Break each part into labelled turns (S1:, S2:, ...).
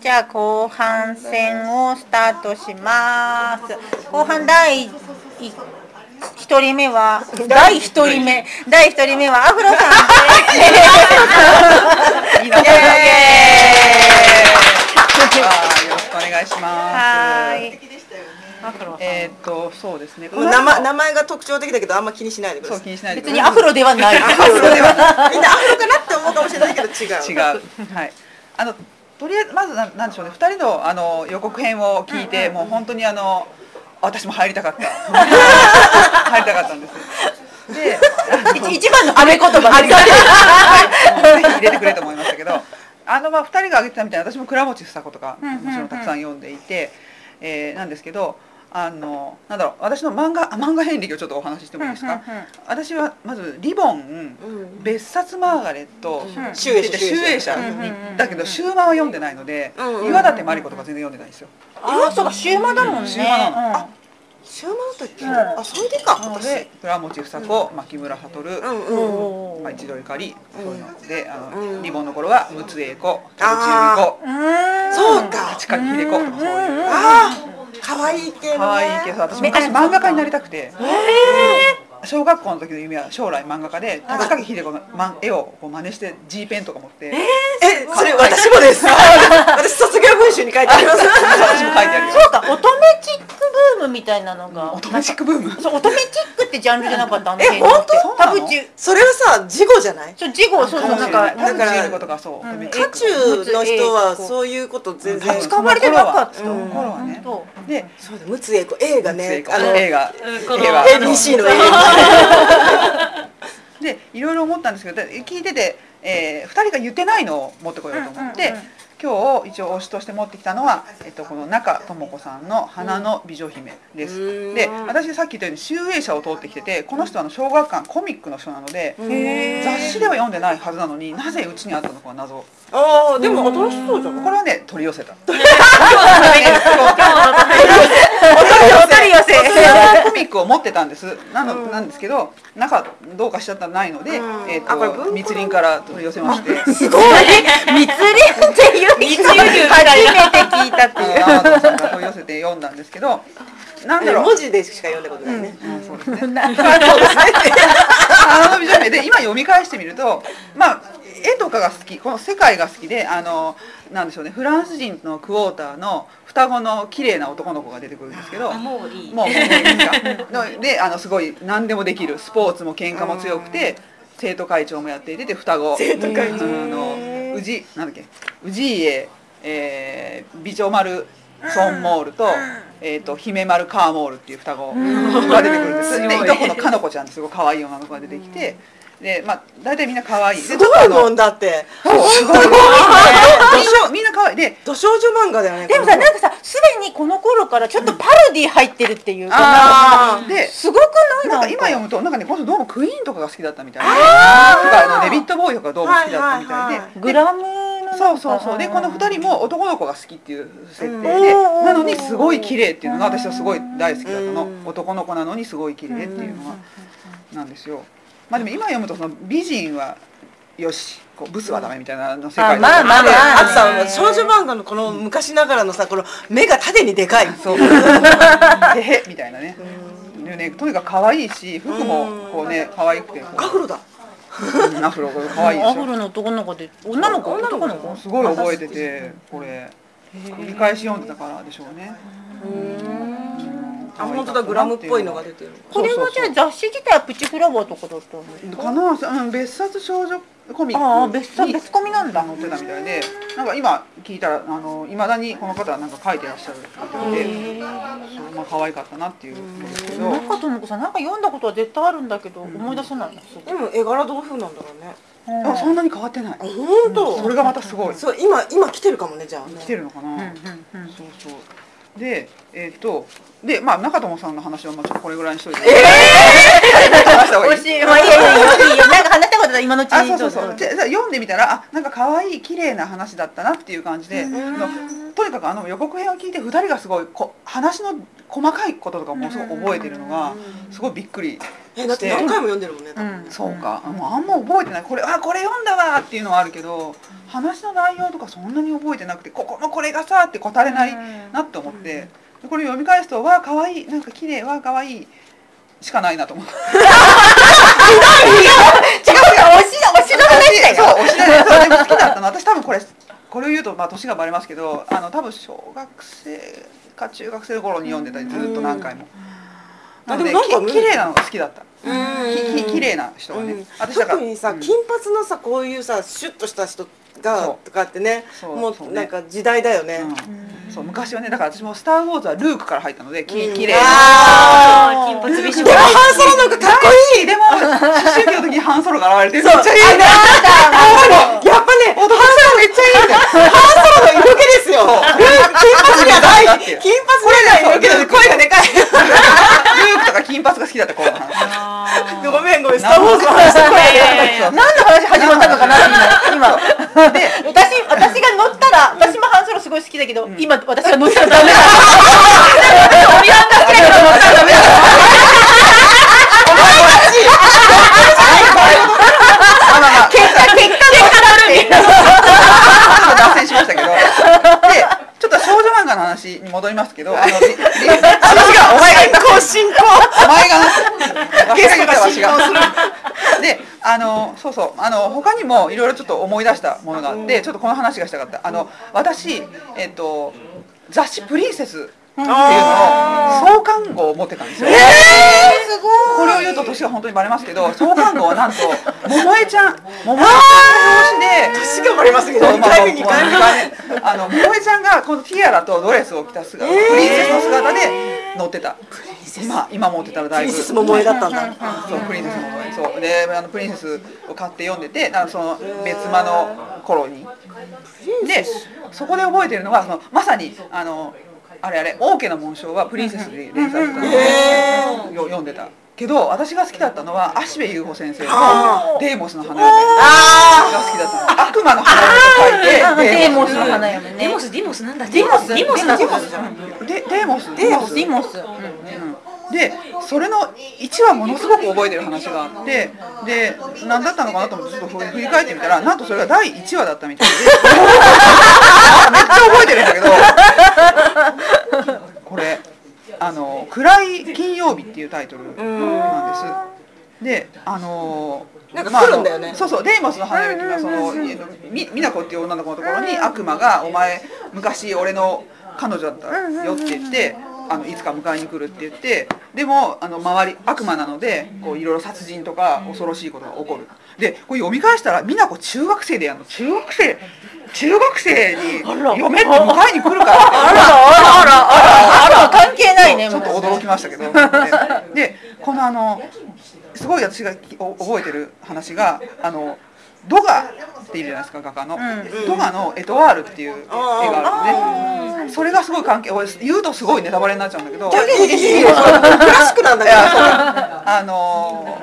S1: じゃあ後半戦をスタートします。後半第い一人目は第一人目第一人目はアフロさんです。
S2: 今から
S1: イエーイ
S2: あーよろしくお願いしま す。
S1: はーい。アフロさん
S2: えーっとそうですね。
S3: もう名前名前が特徴的だけどあんま気にしないでく
S2: そ
S3: だ
S2: う
S3: さ
S2: 気
S3: い。
S2: にしないでく
S1: 別
S2: ださい。
S1: にアフロではない。
S3: アフロではみんなアフロかなって思うかもしれないけど違う。
S2: 違う。はい。あのとりあえずまずなんなんでしょうね。二人のあの予告編を聞いて、もう本当にあの私も入り たかった。入りたかったんです。で、
S1: 一一番のアメ言葉です。
S2: ぜひ入れてくれと思いましたけどあのまあ2人が挙げてたみたいに私も倉持房子とか
S1: うんうんうん
S2: もちろんたくさん読んでいて、えーなんですけどあのなんだろう私の漫画あ漫画遍歴をちょっとお話ししてもいいですか、
S1: うんうんうん
S2: 私はまず「リボン」
S3: うん
S2: 別冊マーガレット」
S1: ん
S2: 集英社
S3: 集英社
S2: 集英社
S3: うん
S1: うんうんうん
S2: だけど終盤は読んでないので、
S3: うんうんうん
S2: 岩立真理子とか全然読んでないんですよ。
S1: あ、そうか、週末だもんね。
S2: 週末なの
S1: うん
S3: 週末だったっけ？
S1: うん
S3: あそれでか
S2: なの
S3: 私。
S2: で倉持房子牧村悟、
S3: うん
S1: う
S3: うんうん。
S1: ん
S2: まあ、一度ゆかりそういうので、あの
S3: うん
S2: リボンの頃は陸奥英子竹内
S3: あー
S2: 由美子
S3: そうか。
S2: 近く秀子とかそういう
S3: ああ可愛い系のね。
S2: 可愛いけど私
S1: メタ
S2: 昔
S1: ル
S2: 漫画家になりたくて小学校の時の夢は将来漫画家で高垣秀子のまん絵をこう真似して G ペンとか持って
S3: えそれ私もです。私卒業文集に書いてあります。
S2: 私も書いてあるよ
S1: そうか、乙女チックブームみたいなのが
S2: オ。トメシックブーム
S1: そう、乙女チックってジャンルじゃなかった。あの
S3: え
S1: 辺の
S3: 本
S2: 当
S1: 田淵。
S3: それはさ事後じゃない？
S1: そう、事後、そうそう、なんか。
S2: 田
S3: だから
S2: 口由美子とかそう
S1: うん
S2: 多分
S3: 渦中の人はそういうこと全然。
S1: 使われてなかった。
S2: その頃はね
S1: 本
S2: で
S3: そうだムツエコ映画ね
S2: 映。画
S3: あの
S2: 映画
S1: この
S2: 映画
S3: ABC の映画。
S2: でいろいろ思ったんですけどで聞いてて、え2人が言ってないのを持ってこようと思って、
S1: うんうんうん
S2: 今日一応推しとして持ってきたのは、えっと、この中智子さんの「花の美女姫」です。
S3: うん
S2: で私さっき言ったように集英社を通ってきててこの人はあの小学館コミックの人なので、
S1: へー
S2: 雑誌では読んでないはずなのになぜうちにあったのかは謎こ
S3: ああでも新しそうじゃん。
S2: れはね取り寄せた。
S1: 当たり寄せ。
S2: コミックを持ってたんですなの、なんですけど中どうかしちゃったらないので、
S3: うん
S2: えっ
S3: あこれ文庫
S2: と
S3: の
S2: 密林から取り寄せ まして。
S1: すごい。密林っていう。密林。初めて聞いたって
S2: あの
S1: いう。
S2: 天野さんが問い寄せて読んだんですけど、なんだ
S3: え
S2: ろう。
S3: 文字でしか読んだことないね。
S2: うんそうですね。 あの美女姫で今読み返してみると、まあ絵とかが好き、この世界が好きで、あのなんでしょうね、フランス人のクォーターの双子の綺麗な男の子が出てくるんですけど、もう
S1: もういい。
S2: も ういいですか。ので、あのすごい何でもできる、スポーツも喧嘩も強くて、生徒会長もやっていてで双子。生徒会長の宇治なんだっけ、宇治家、えー、美女丸ソンモールと。えー、と姫丸カーモールっていう双子が出てくるんですでいとこのかのこちゃんってすごい可愛い女の子が出てきてで、まあ、大体みんな可愛いです
S3: ごいもん
S2: ね
S3: だって。
S2: すごい みんなみんな可愛いで
S3: 土少女漫画だよね。
S1: でもさ、なんかさ、すでにこの頃からちょっとパロディ入ってるっていうか。
S2: あ
S3: あ
S2: ーです
S1: ごくない
S2: なん
S1: なん
S2: か今
S1: か
S2: 読むとなんかねこの人どうもクイーンとかが好きだったみたいなとかあのデビッド・ボーイとかがどうも好きだったみたいで、
S3: はいはい
S1: グラムの
S2: そうそうそうでこの2人も男の子が好きっていう設定で
S1: うん
S2: なのにすごい綺麗っていうのが私はすごい大好きだったの
S3: うん
S2: 男の子なのにすごい綺麗っていうのがなんですよまあでも今読むとその美人はよしこうブスはダメみたいなの世界
S1: まあま
S3: あの
S1: ま
S3: あとさ、少女漫画のこの昔ながらのさ、この目が縦にでかい。
S2: そうでへみたいなねでねとにかく可愛いし服もこうね可愛くてこう
S3: アフロだ。
S2: うんアフロが可愛いで
S1: ア
S2: し
S1: フ
S2: ょ
S1: ロの男の子で女の子男の子
S2: すごい覚えててこれ繰り返し読んでたからでしょうね
S3: あ、本当だ、グラムっぽいのが出てる。
S1: これはじゃあ雑誌自体はプチフラワーとかだったんです
S2: か
S1: か
S2: な、うん、別冊少女コミック
S1: ああ別冊
S2: に
S1: 別コミなんだ
S2: 載ってたみたいでなんか今聞いたらあの未だにこの方はなんか書いてらっしゃる方でそうまあ可愛かったなっていうことですけど
S1: 中智子さんなんか読んだことは絶対あるんだけど思い出せないなす
S3: でも絵柄どういう風なんだろうね。
S2: あそんなに変わってない
S3: あ、本当。
S2: それがまたすごい
S3: そう、今、今来てるかもね、じゃあね。
S2: 来てるのか
S1: ぐ
S2: な
S1: うんうんうん
S2: そうそうでえっとでまあ中友さんの話はまあちょっとこれぐらいにしといて 話した方が
S1: 惜
S2: いい
S1: しいまあいやいやいやいやなんか話したことだ今のうち
S2: あ
S1: に
S2: そうそうそう
S1: どぞ
S2: で読んでみたらあなんか可愛い綺麗な話だったなっていう感じでのとにかくあの予告編を聞いて2人がすごいこ話の細かいこととかもすごい覚えてるのがすごいびっくり
S3: えだって何回も読んでるもんね、多
S1: う
S3: 分
S1: ん
S2: そうか、もうあんま覚えてないこれあこれ読んだわっていうのはあるけど話の内容とかそんなに覚えてなくてここのこれがさって答えない
S1: うん
S2: なって思って、でこれ読み返すと「わあかわいいなんか綺麗わあかわいい」しかないなと思って
S1: 違うよ推しの推しの話だよ
S2: そう推しだよそうでも好きだったの私多分これこれを言うとまあ年がバレますけどあの多分小学生か中学生の頃に読んでたりずっと何回も。
S3: うん
S2: なので
S3: あでもなんか
S2: き綺麗なのが好きだった。
S3: うん
S2: きき綺麗な人がね。
S3: うん
S2: 私だから
S3: 特にさ、
S2: うん
S3: 金髪のさこういうさシュッとした人が
S2: そう
S3: とかってね
S2: そう
S3: も
S2: そう
S3: う
S2: ね
S3: なんか時代だよね、
S2: うんそう昔はねだから私も「スター・ウォーズ」はルークから入ったのでき
S3: うん
S2: 綺麗
S1: あー
S2: な
S4: 金髪美
S3: で
S4: 少
S3: も
S4: 女
S3: ハンソロなんかかっこいい
S2: でも思春期の時にハンソロが現れてめ
S3: そう
S2: っちゃいいね
S3: やっぱねやっぱねハンソロめっちゃいいねハンソロの色気ですよ金髪が大
S2: だって
S3: 金髪が色気だね声がで かい
S2: ルークとか金髪が好きだった頃の話
S3: ごめんごめんスター・ウォーズの話
S1: いやい
S3: 声
S1: やいや何の話始まったのかな今今で私私が乗ったら私もハンソロすごい好きだけど、今私が乗ったらダメだ飛びんだくらいのダメだ結果結果結果
S2: ちょっと脱線しましたけどでちょっと少女漫画の話に戻りますけどあのりり
S3: 私がお前が更新更
S2: お前がな
S3: ゲストが
S2: わし
S3: 進行する
S2: であのそうそうあの他にもいろいろちょっと思い出したものがあってちょっとこの話がしたかったあの私えっと雑誌「プリンセス」っていうのを創刊号を持ってたんですよ、
S1: すご
S2: これを言うと年が本当にバレますけ ど創刊号はなんと桃江ちゃん桃江ちゃんの表
S3: 年がバレますけ
S2: 紙で
S3: ど2回目2回目
S2: 目あの桃江ちゃんがこのティアラとドレスを着た姿、プリンセスの姿で乗ってた今今持ってたらだ
S3: プ
S2: い
S3: リン
S2: ぶ
S3: セス桃江だったんだ
S2: そうプリンセスもねそうであのプリンセスを買って読んでてあのその別間の頃にでそこで覚えてるのはそのまさにあのあれあれ王家の紋章はプリンセスで連載したの
S3: へ
S2: でよ読んでたけど私が好きだったのは芦部優子先生
S3: あ
S2: の「デーモスの花嫁」が好きだったの悪魔の花嫁と書いて
S1: デーモスの花嫁
S4: デ
S1: ね
S4: ィモスディモスなんだ
S1: ディモス
S4: ディモスなん
S1: ディ
S4: だ
S1: モス
S2: デデーモス
S1: デーモスデーモス
S2: うんでそれの1話ものすごく覚えてる話があってで何だったのかなと思ってちょっと振り返ってみたらなんとそれが第1話だったみたいでめっちゃ覚えてるんだけどこれあの「暗い金曜日」っていうタイトルなんです。であのー
S3: なんか
S2: まあ
S3: 来るんだよね
S2: あのそうそうデーモスの花嫁っていうのはそのみみなこっていう女の子のところに悪魔が「お前昔俺の彼女だったよ」って言って。あのいつか迎えに来るって言ってでもあの周り悪魔なのでこういろいろ殺人とか恐ろしいことが起こるでこれ読み返したら美奈子中学生でやるの中学生中学生に嫁って迎えに来 るからって
S1: あらあらあら関係ないね
S2: ちょっと
S1: もう
S2: 驚きましたけどでこのあのすごい私がきお覚えてる話があのドガっているじゃないですか画家の、ドガの「エトワール」っていう絵があるんで、ね、それがすごい関係俺言うとすごいネタバレになっちゃうんだけど
S3: いいいいよクラシックなんだ
S2: い
S3: か
S2: やそう
S3: ら
S2: あの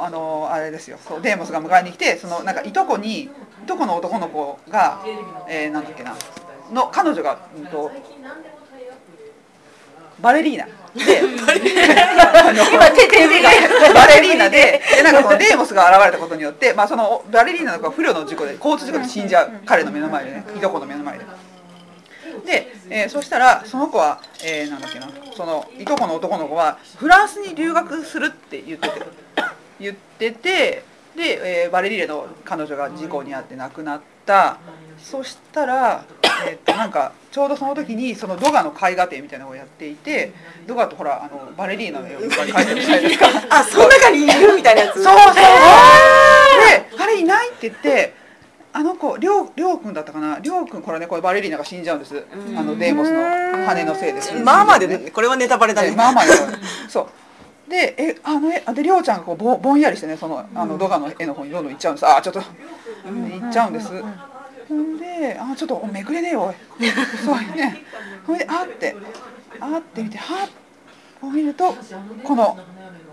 S2: ーあのーあれですよそうデーモスが迎えに来てそのなんかいとこにいとこの男の子が、えーなんだっけなの彼女が、うん、とバレリーナで あの
S1: 今手手指が
S2: バレリーナででなんかこのデーモスが現れたことによって、まあ、そのバレリーナの子は不慮の事故で交通事故で死んじゃう彼の目の前でねいとこの目の前で。で、えーそしたらその子は、えーなんだっけなそのいとこの男の子はフランスに留学するって言ってて言っててで、えーバレリーナの彼女が事故に遭って亡くなったそしたら、えーっとなんかちょうどその時にそのドガの絵画展みたいなのをやっていてドガとほらあのバレリーナの絵をいっぱい描いてるじゃないですか。
S3: あその中にいるみたいなや
S2: そ
S3: つ
S2: うそう。で、あれいないって言って、あの子、りょう、りょうくんだったかな、りょうくん、これね、これバレリーナが死んじゃうんです。あのデーモスの羽のせいです。
S3: まあまあでねこれはネタバレだね
S2: ね、まあまあ よ。そう。で、え、あの、え、で、りょうちゃんがこう、ぼん、ぼんやりしてね、その、あの、ドガの絵の方にどんどん行っちゃうんです。あー、ちょっと。行っちゃうんです。ほんで、あー、ちょっと、めくれねえよ、お い。そうね。ほんで、あーって。あーって見て、はー。こう見ると、この。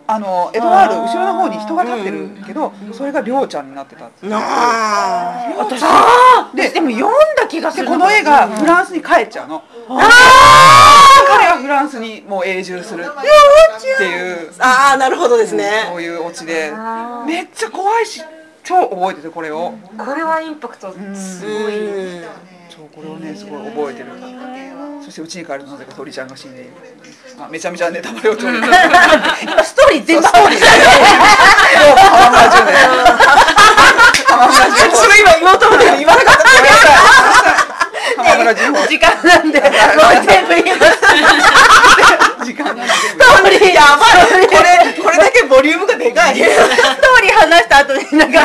S2: あの、エドワール、後ろの方に人が立ってるけど、それがりょうちゃんになってた。
S3: なあ
S1: 私あーでも読んだ気がす
S2: で
S1: る
S2: この絵がフランスに帰っちゃうの。ああ彼はフランスにもう永住するっていう
S3: ああなるほどです
S2: こ
S3: ね
S2: ういうオチで
S4: あー
S2: めっちゃ怖いし超覚えててこれを
S4: これはインパクトすごい。
S3: うん
S2: そうこれをねすごい覚えてるそしてうちに帰るとなぜか鳥ちゃんが死んでいるあめちゃめちゃネタバレを取る
S1: 今ストーリー全部ストーリー
S2: 浜村淳です浜村淳
S3: それ今言おうと思ったけど言わなかった
S2: ごめんなさい浜村淳
S1: 時間なんでもう全部今ス
S2: 時間が
S1: トーリーやばい
S3: これこれだけボリュームがでかい
S1: ストーリー話した後になんか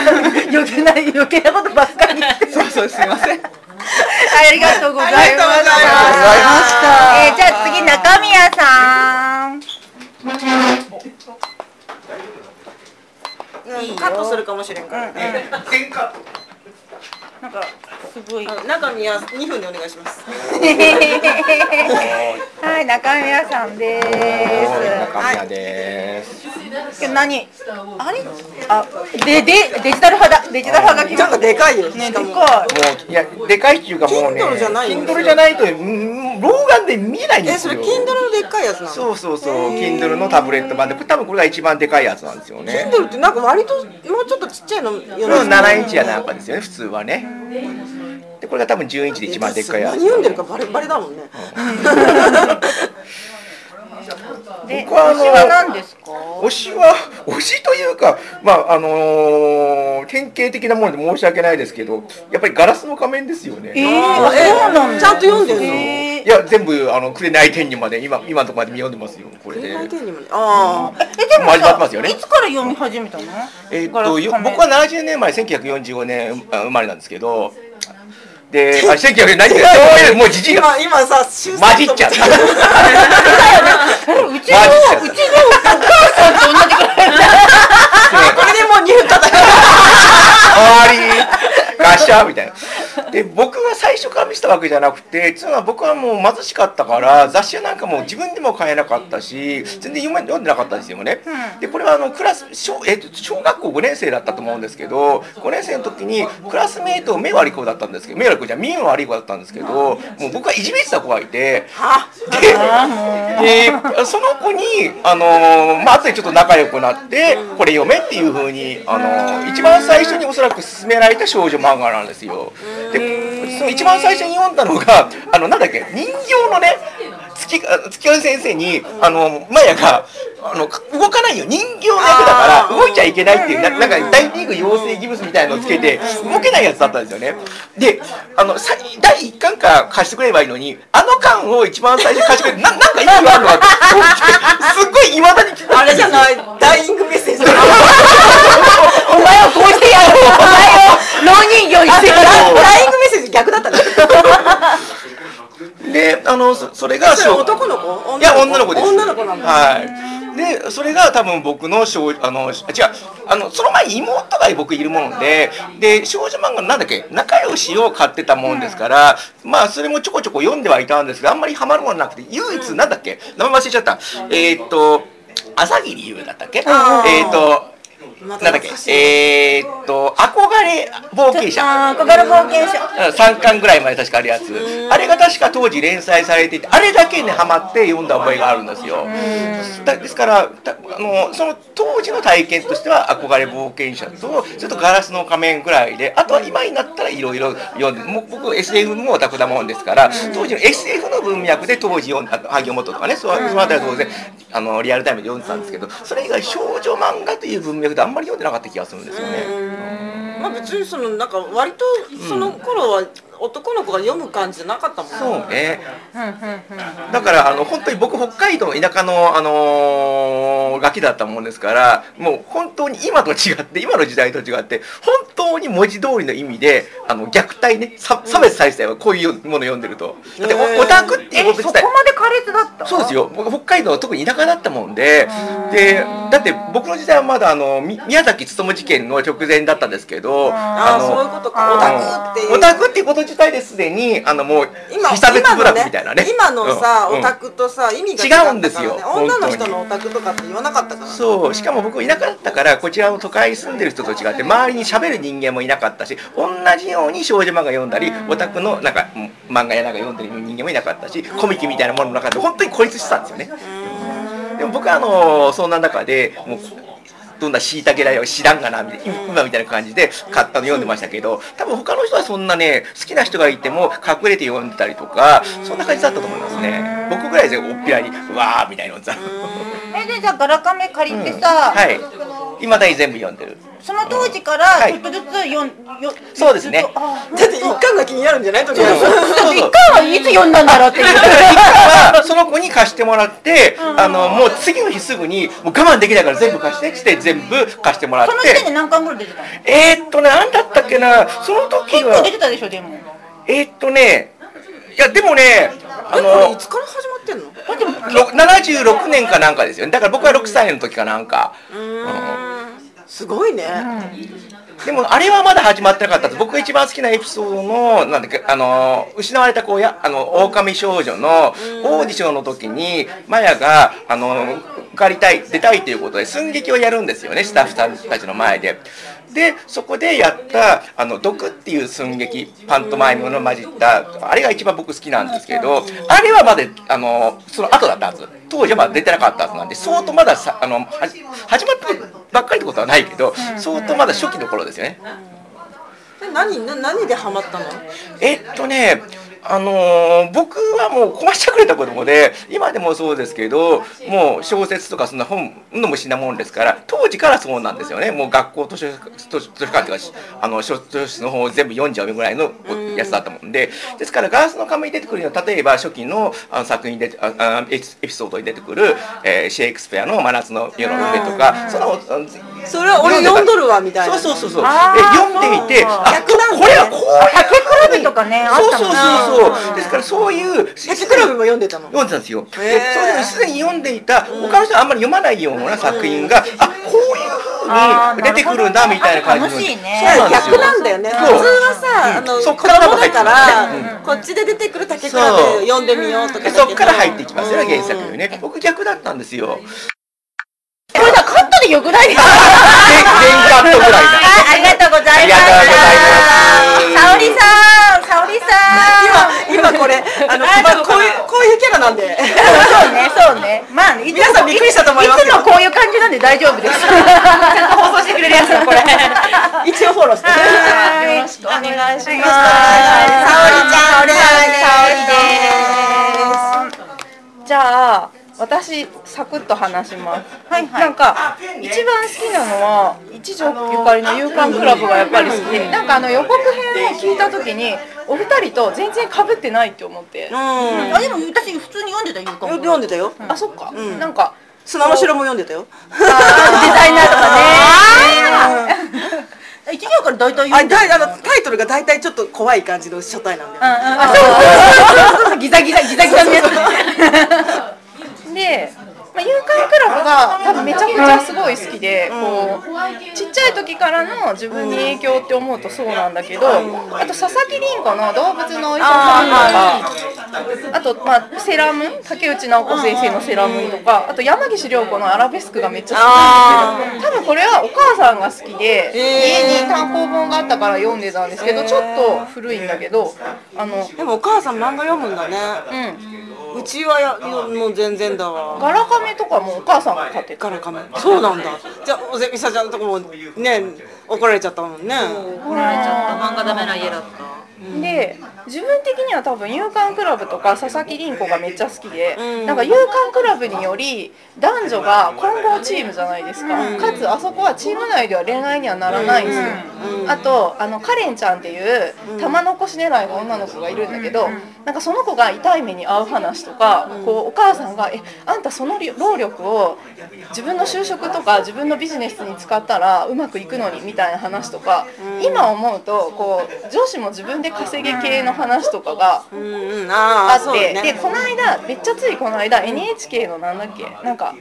S1: 余計な余計なことばっかり言って
S2: そうそうすいませ
S1: あ
S2: ん
S1: りがとうございま
S3: ありがとうございました
S1: したえーじゃあ次中宮さん
S3: カットするかもしれんからね
S1: なんかすごいは
S3: 中身は2分でお願いします
S1: い中宮さんで
S5: 中宮です。
S1: す今日何あれあででデジタル派だデジタル派が来
S3: ちょっ
S1: ま
S3: と
S1: し
S3: でかいよ
S1: たね
S3: し
S1: で
S3: か
S1: っ
S3: も
S1: かい
S5: もういやでかいっていうかもうね。
S3: Kindle じゃないよ
S5: Kindle じゃないとうん老眼で見えないんで
S3: え
S5: す
S3: そ
S5: よ。
S3: れ Kindle のでっかいやつなの
S5: そうそうそう。Kindle のタブレット版でこれ多分これが一番でかいやつなんですよね。
S3: Kindle ってなんか割ともうちょっとちっちゃいのよ
S5: うん7インチやなんかですよね普通はね。でこれが多分10インチで一番でっかいやつ。
S3: 何読んでるかバレバレだもんね
S1: で
S5: 僕はあの
S1: 推しは何ですか
S5: 推しは推しというかまああのー典型的なもので申し訳ないですけどやっぱりガラスの仮面ですよね。
S1: えー、
S3: あえ
S1: そうなんだ
S3: ちゃんと読んでるの
S1: え
S5: いや全部あの紅天にまで今今のところまで見読んでますよこれで。
S3: 大体にもねああ
S1: えでも
S5: 回り回ってま
S1: さ
S5: すよね
S1: いつから読み始めたの
S5: えーっ
S1: ガラ
S5: と
S1: ス
S5: よ
S1: 仮面
S5: 僕は70年前1945年あ生まれなんですけどであ1945年何そういうもうじじいが
S3: 今今さ修
S5: 混じっちゃった
S3: た
S1: うち
S5: マ
S1: のう
S5: ジっすよ
S1: ちのお母さんと同じくらい
S3: これでもう2分経った
S5: 終わりガシャみたいなで僕が最初から見せたわけじゃなくてつうのは僕はもう貧しかったから雑誌やなんかもう自分でも買えなかったし全然読め読んでなかったんですよね、でこれはあのクラス小,、えーと小学校5年生だったと思うんですけど5年生の時にクラスメイト目悪い子だったんですけど目悪い子じゃない面悪い子だったんですけどもう僕はいじめてた子がいて
S3: あ
S5: で でその子に、あのーまあ後でちょっと仲良くなってこれ読めっていうふうに、あのー一番最初におそらく勧められた少女漫画なんですよ。でその一番最初に読んだのがあのなんだっけ人形のね月あ月夜先生にあのマヤがあのか動かないよ人形の役だから動いちゃいけないっていうななんか大リーグ養成義務みたいのをつけて動けないやつだったんですよね。であのさ第1巻から貸してくれればいいのにあの巻を一番最初に貸してくれななんか意味があるのかって思ってすっごいいまだに気にな
S3: あ
S5: る
S3: れじゃないダイイングメッセージ
S1: お前をこうしてやろうお前を浪人形にしてやろう
S3: ダイイングメッセージ逆だったね
S5: であのそそれが
S3: それ男の子
S5: いや女の子です
S3: 女の子なんだ
S5: はいでそれが多分僕の少あのあ違うあのその前に妹が僕いるもんでで少女漫画のなんだっけ仲良しを買ってたもんですから、まあそれもちょこちょこ読んではいたんですがあんまりハマるものなくて唯一なんだっけ名前忘れちゃったえーっと朝霧優だったっけえ
S3: あー
S5: ーっと
S3: なん
S5: なんだっけえーっと憧れ冒険者
S1: あー憧れ冒険者
S5: 3巻ぐらいまで確かあるやつあれが確か当時連載されていてあれだけねハマって読んだ覚えがあるんですよだですからたあのその当時の体験としては憧れ冒険者とちょっとガラスの仮面ぐらいであとは今になったらいろいろ読んでもう僕 SF もオタクだもんですから当時の SF の文脈で当時読んだあの萩尾元とかねそうその辺りは当然あのリアルタイムで読んでたんですけどそれ以外少女漫画という文脈であんまり読んでなかった気がするんですよね。
S3: まあ別にそのなんか割とその頃は男の子が読む感じじゃなかったもんね
S5: そうね。だからあの本当に僕北海道の田舎のあのーガキだったもんですから、もう本当に今と違って今の時代と違って本当に文字通りの意味であの虐待ね差差別対策はこういうもの読んでると。だって
S3: へー
S5: オオタクっていう
S1: え
S5: こと
S1: そ
S5: 自
S1: こま
S5: 体。
S1: で苛烈だった
S5: そうですよ僕北海道は特に田舎だったもんででだって僕の時代はまだあのみ宮崎勤事件の直前だったんですけど
S3: ああ
S5: の
S3: そういうことかオタクっていう
S5: オタクっていうこと自体ですでにあのもう
S3: 今
S5: 被差別部落みたいなね
S3: 今のね今のさ、
S5: うん
S3: オタクとさ意味が
S5: 違うんですよ
S3: 女の
S5: 本当
S3: 人
S5: に
S3: のオタクとかって言わなかったからね
S5: そうしかも僕いなかったからこちらの都会に住んでる人と違って周りに喋る人間もいなかったし同じように少女漫画読んだりオタクのなんかうん漫画やなんか読んでる人間もいなかったしコミケみたいなものの中で本当に孤立してたんですよねでも僕はあのそんな中でもうどんなしいたけだよ知らんがなみたいな今みたいな感じで買ったの読んでましたけど多分他の人はそんなね好きな人がいても隠れて読んでたりとかそんな感じだったと思いますね僕ぐらいですよおっぴらにうわーみたいなのさ
S1: えでじゃあガラカメ借りてさ、
S5: はい。今だに全部読んでる。
S1: その当時か
S5: は
S1: ら
S5: い
S1: ちょっとずつ読ん、よ
S5: そうですね
S1: ずっとあ
S3: だって一巻が気になるんじゃないとか
S1: だって一回はいつ読んだんだろうっていう
S5: まあその子に貸してもらって、あのもう次の日すぐにもう我慢できないから全部貸してって全部貸してもらっ
S1: その時点
S5: て。
S1: で何巻ぐらい出てたの
S5: えー、っとね、なんだったっけな、その時
S1: 結構出
S5: は、
S1: てたでしょでも
S5: えー、っとね、いや、でもね、あ
S3: えこれい
S5: の、
S3: つから始まってんの
S1: だって
S5: ろ76年かなんかですよね。だから僕は6歳の時かなんか。
S3: すごいね、
S5: でもあれはまだ始まってなかったです。僕が一番好きなエピソードの、なんだっけ、あの、失われた子や、あの、狼少女のオーディションの時に、マヤが、あの、受かりたい、出たいということで、寸劇をやるんですよね、スタッフさんたちの前で。で、そこでやった、あの、毒っていう寸劇、パントマイムの混じった、あれが一番僕好きなんですけど、あれはまだ、あの、その後だったはず。当時はまだ出てなかったはずなんで、相当まださ、あの、はじ始まったばっかりってことはないけど、相当まだ初期の頃ですよね。
S3: で何な何でハマったの
S5: えっとね、あのー僕はもう壊してくれた子供で今でもそうですけどもう小説とかそんな本の虫なもんですから当時からそうなんですよねもう学校図書図書図書館とかあの書図書室の本を全部読んじゃうぐらいのやつだったもんでですからガラスの壁に出てくるような例えば初期のあの作品でああエピエピソードに出てくる、えーシェイクスピアの「真夏の夜の夢」とかそんなのあの
S3: それは俺読んどるわみたいな
S5: そうそうそうそう。
S1: あー
S5: え読んでいて、
S1: そう
S5: あ、
S3: 逆なんだね
S5: これはこうや
S1: 百クラブとかねあっ
S5: そう
S1: た
S5: そ
S1: もん
S5: う
S1: ね
S5: そうそう。ですからそういう
S3: ヤククラブも読んでたの
S5: 読んでたんですよ。で、そう
S3: へー
S5: いうすでに読んでいた他の人はあんまり読まないような作品が、あ、こ
S1: あ
S5: ういう
S1: ー
S5: 風に出てくるん
S1: なる
S5: だ
S1: ほど
S5: みたいな感じの。
S1: 楽しいね
S5: そうなんですよ
S3: 逆なんだよね普通
S5: そう
S3: はさ、
S5: うん
S3: あの
S5: そっ
S3: 子
S5: から
S3: 供だから、
S5: うん
S3: こっちで出てくる竹倉で読んでみようとかだ
S5: で
S3: けど
S5: そこから入っていきますよね原作よね。僕逆だったんですよ。
S1: これだカットでよくないですか
S5: で全カットぐらい
S1: あ
S5: な。
S1: ありがとうございま
S5: あり
S1: した
S5: がとうございます
S1: 沙織さん沙織さん
S3: 今今これあの、まあ、こういうこういうキャラなんで
S1: そうねそうねまあねいつも
S3: 皆さんびっくりしたと思いま
S1: い
S3: す
S1: つもこういう感じなんで大丈夫ですちゃんと放送してくれるやつだこ れ
S3: 一応フォローして
S1: はい
S4: よろしくお願いし
S1: ま
S4: ます
S1: す
S3: 沙織ち
S1: ゃん沙織です
S6: じゃあ私サクッと話します。
S1: はいはい
S6: なんか一番好きなのは一条ゆかりの勇敢クラブがやっぱり好きで、なんかあの予告編を聞いた時にお二人と全然被ってないって思って。
S3: うん
S1: あでも私普通に読んでたよか
S3: 読んでたよ
S6: あそっか。
S3: ん
S6: なんか
S3: 砂の城も読んでたよ
S1: デザイナーとかね一行から大体
S3: あ
S1: 読んで
S3: だいあのタイトルが大体ちょっと怖い感じの書体なんだよ、
S1: あそうそうそうそうギザギザギザギザのやつ
S6: で、まあ、勇敢クラブが多分めちゃくちゃすごい好きで、こうちっちゃい時からの自分に影響って思うとそうなんだけど、あと佐々木凛子の「動物のお医者さん」とかあと、まあ、セラム竹内直子先生の「セラム」とかあと山岸涼子の「アラベスク」がめっちゃ好きなんですけど多分これはお母さんが好きで家に単行本があったから読んでたんですけどちょっと古いんだけどあの。
S3: でもお母さん漫画読むんだ
S6: う
S3: ね、
S6: ん、
S3: うちはやもう全然だわ
S6: ガラカメとかもお母さんが買ってた
S3: ガラカメそうなんだじゃあおぜみさちゃんのとこもね怒られちゃったもんね
S4: 怒られちゃった漫画ダメな家だった
S6: で自分的には多分勇敢クラブとか佐々木凛子がめっちゃ好きで、
S3: うん
S6: なんか勇敢クラブにより男女が混合チームじゃないですか、かつあそこはチーム内では恋愛にはならないんですよ、あとあのカレンちゃんっていう玉のこし狙いの女の子がいるんだけど、なんかその子が痛い目に遭う話とか、こうお母さんが「えあんたそのり労力を自分の就職とか自分のビジネスに使ったらうまくいくのに」みたいな話とか、今思うとこう女子も自分で稼ぎ系の話とかが
S3: うんうんあ
S6: あ
S3: あ
S6: っ
S3: そう
S6: て、
S3: ね
S6: でこの間めっちゃついこの間 NHK のなんだっけなんか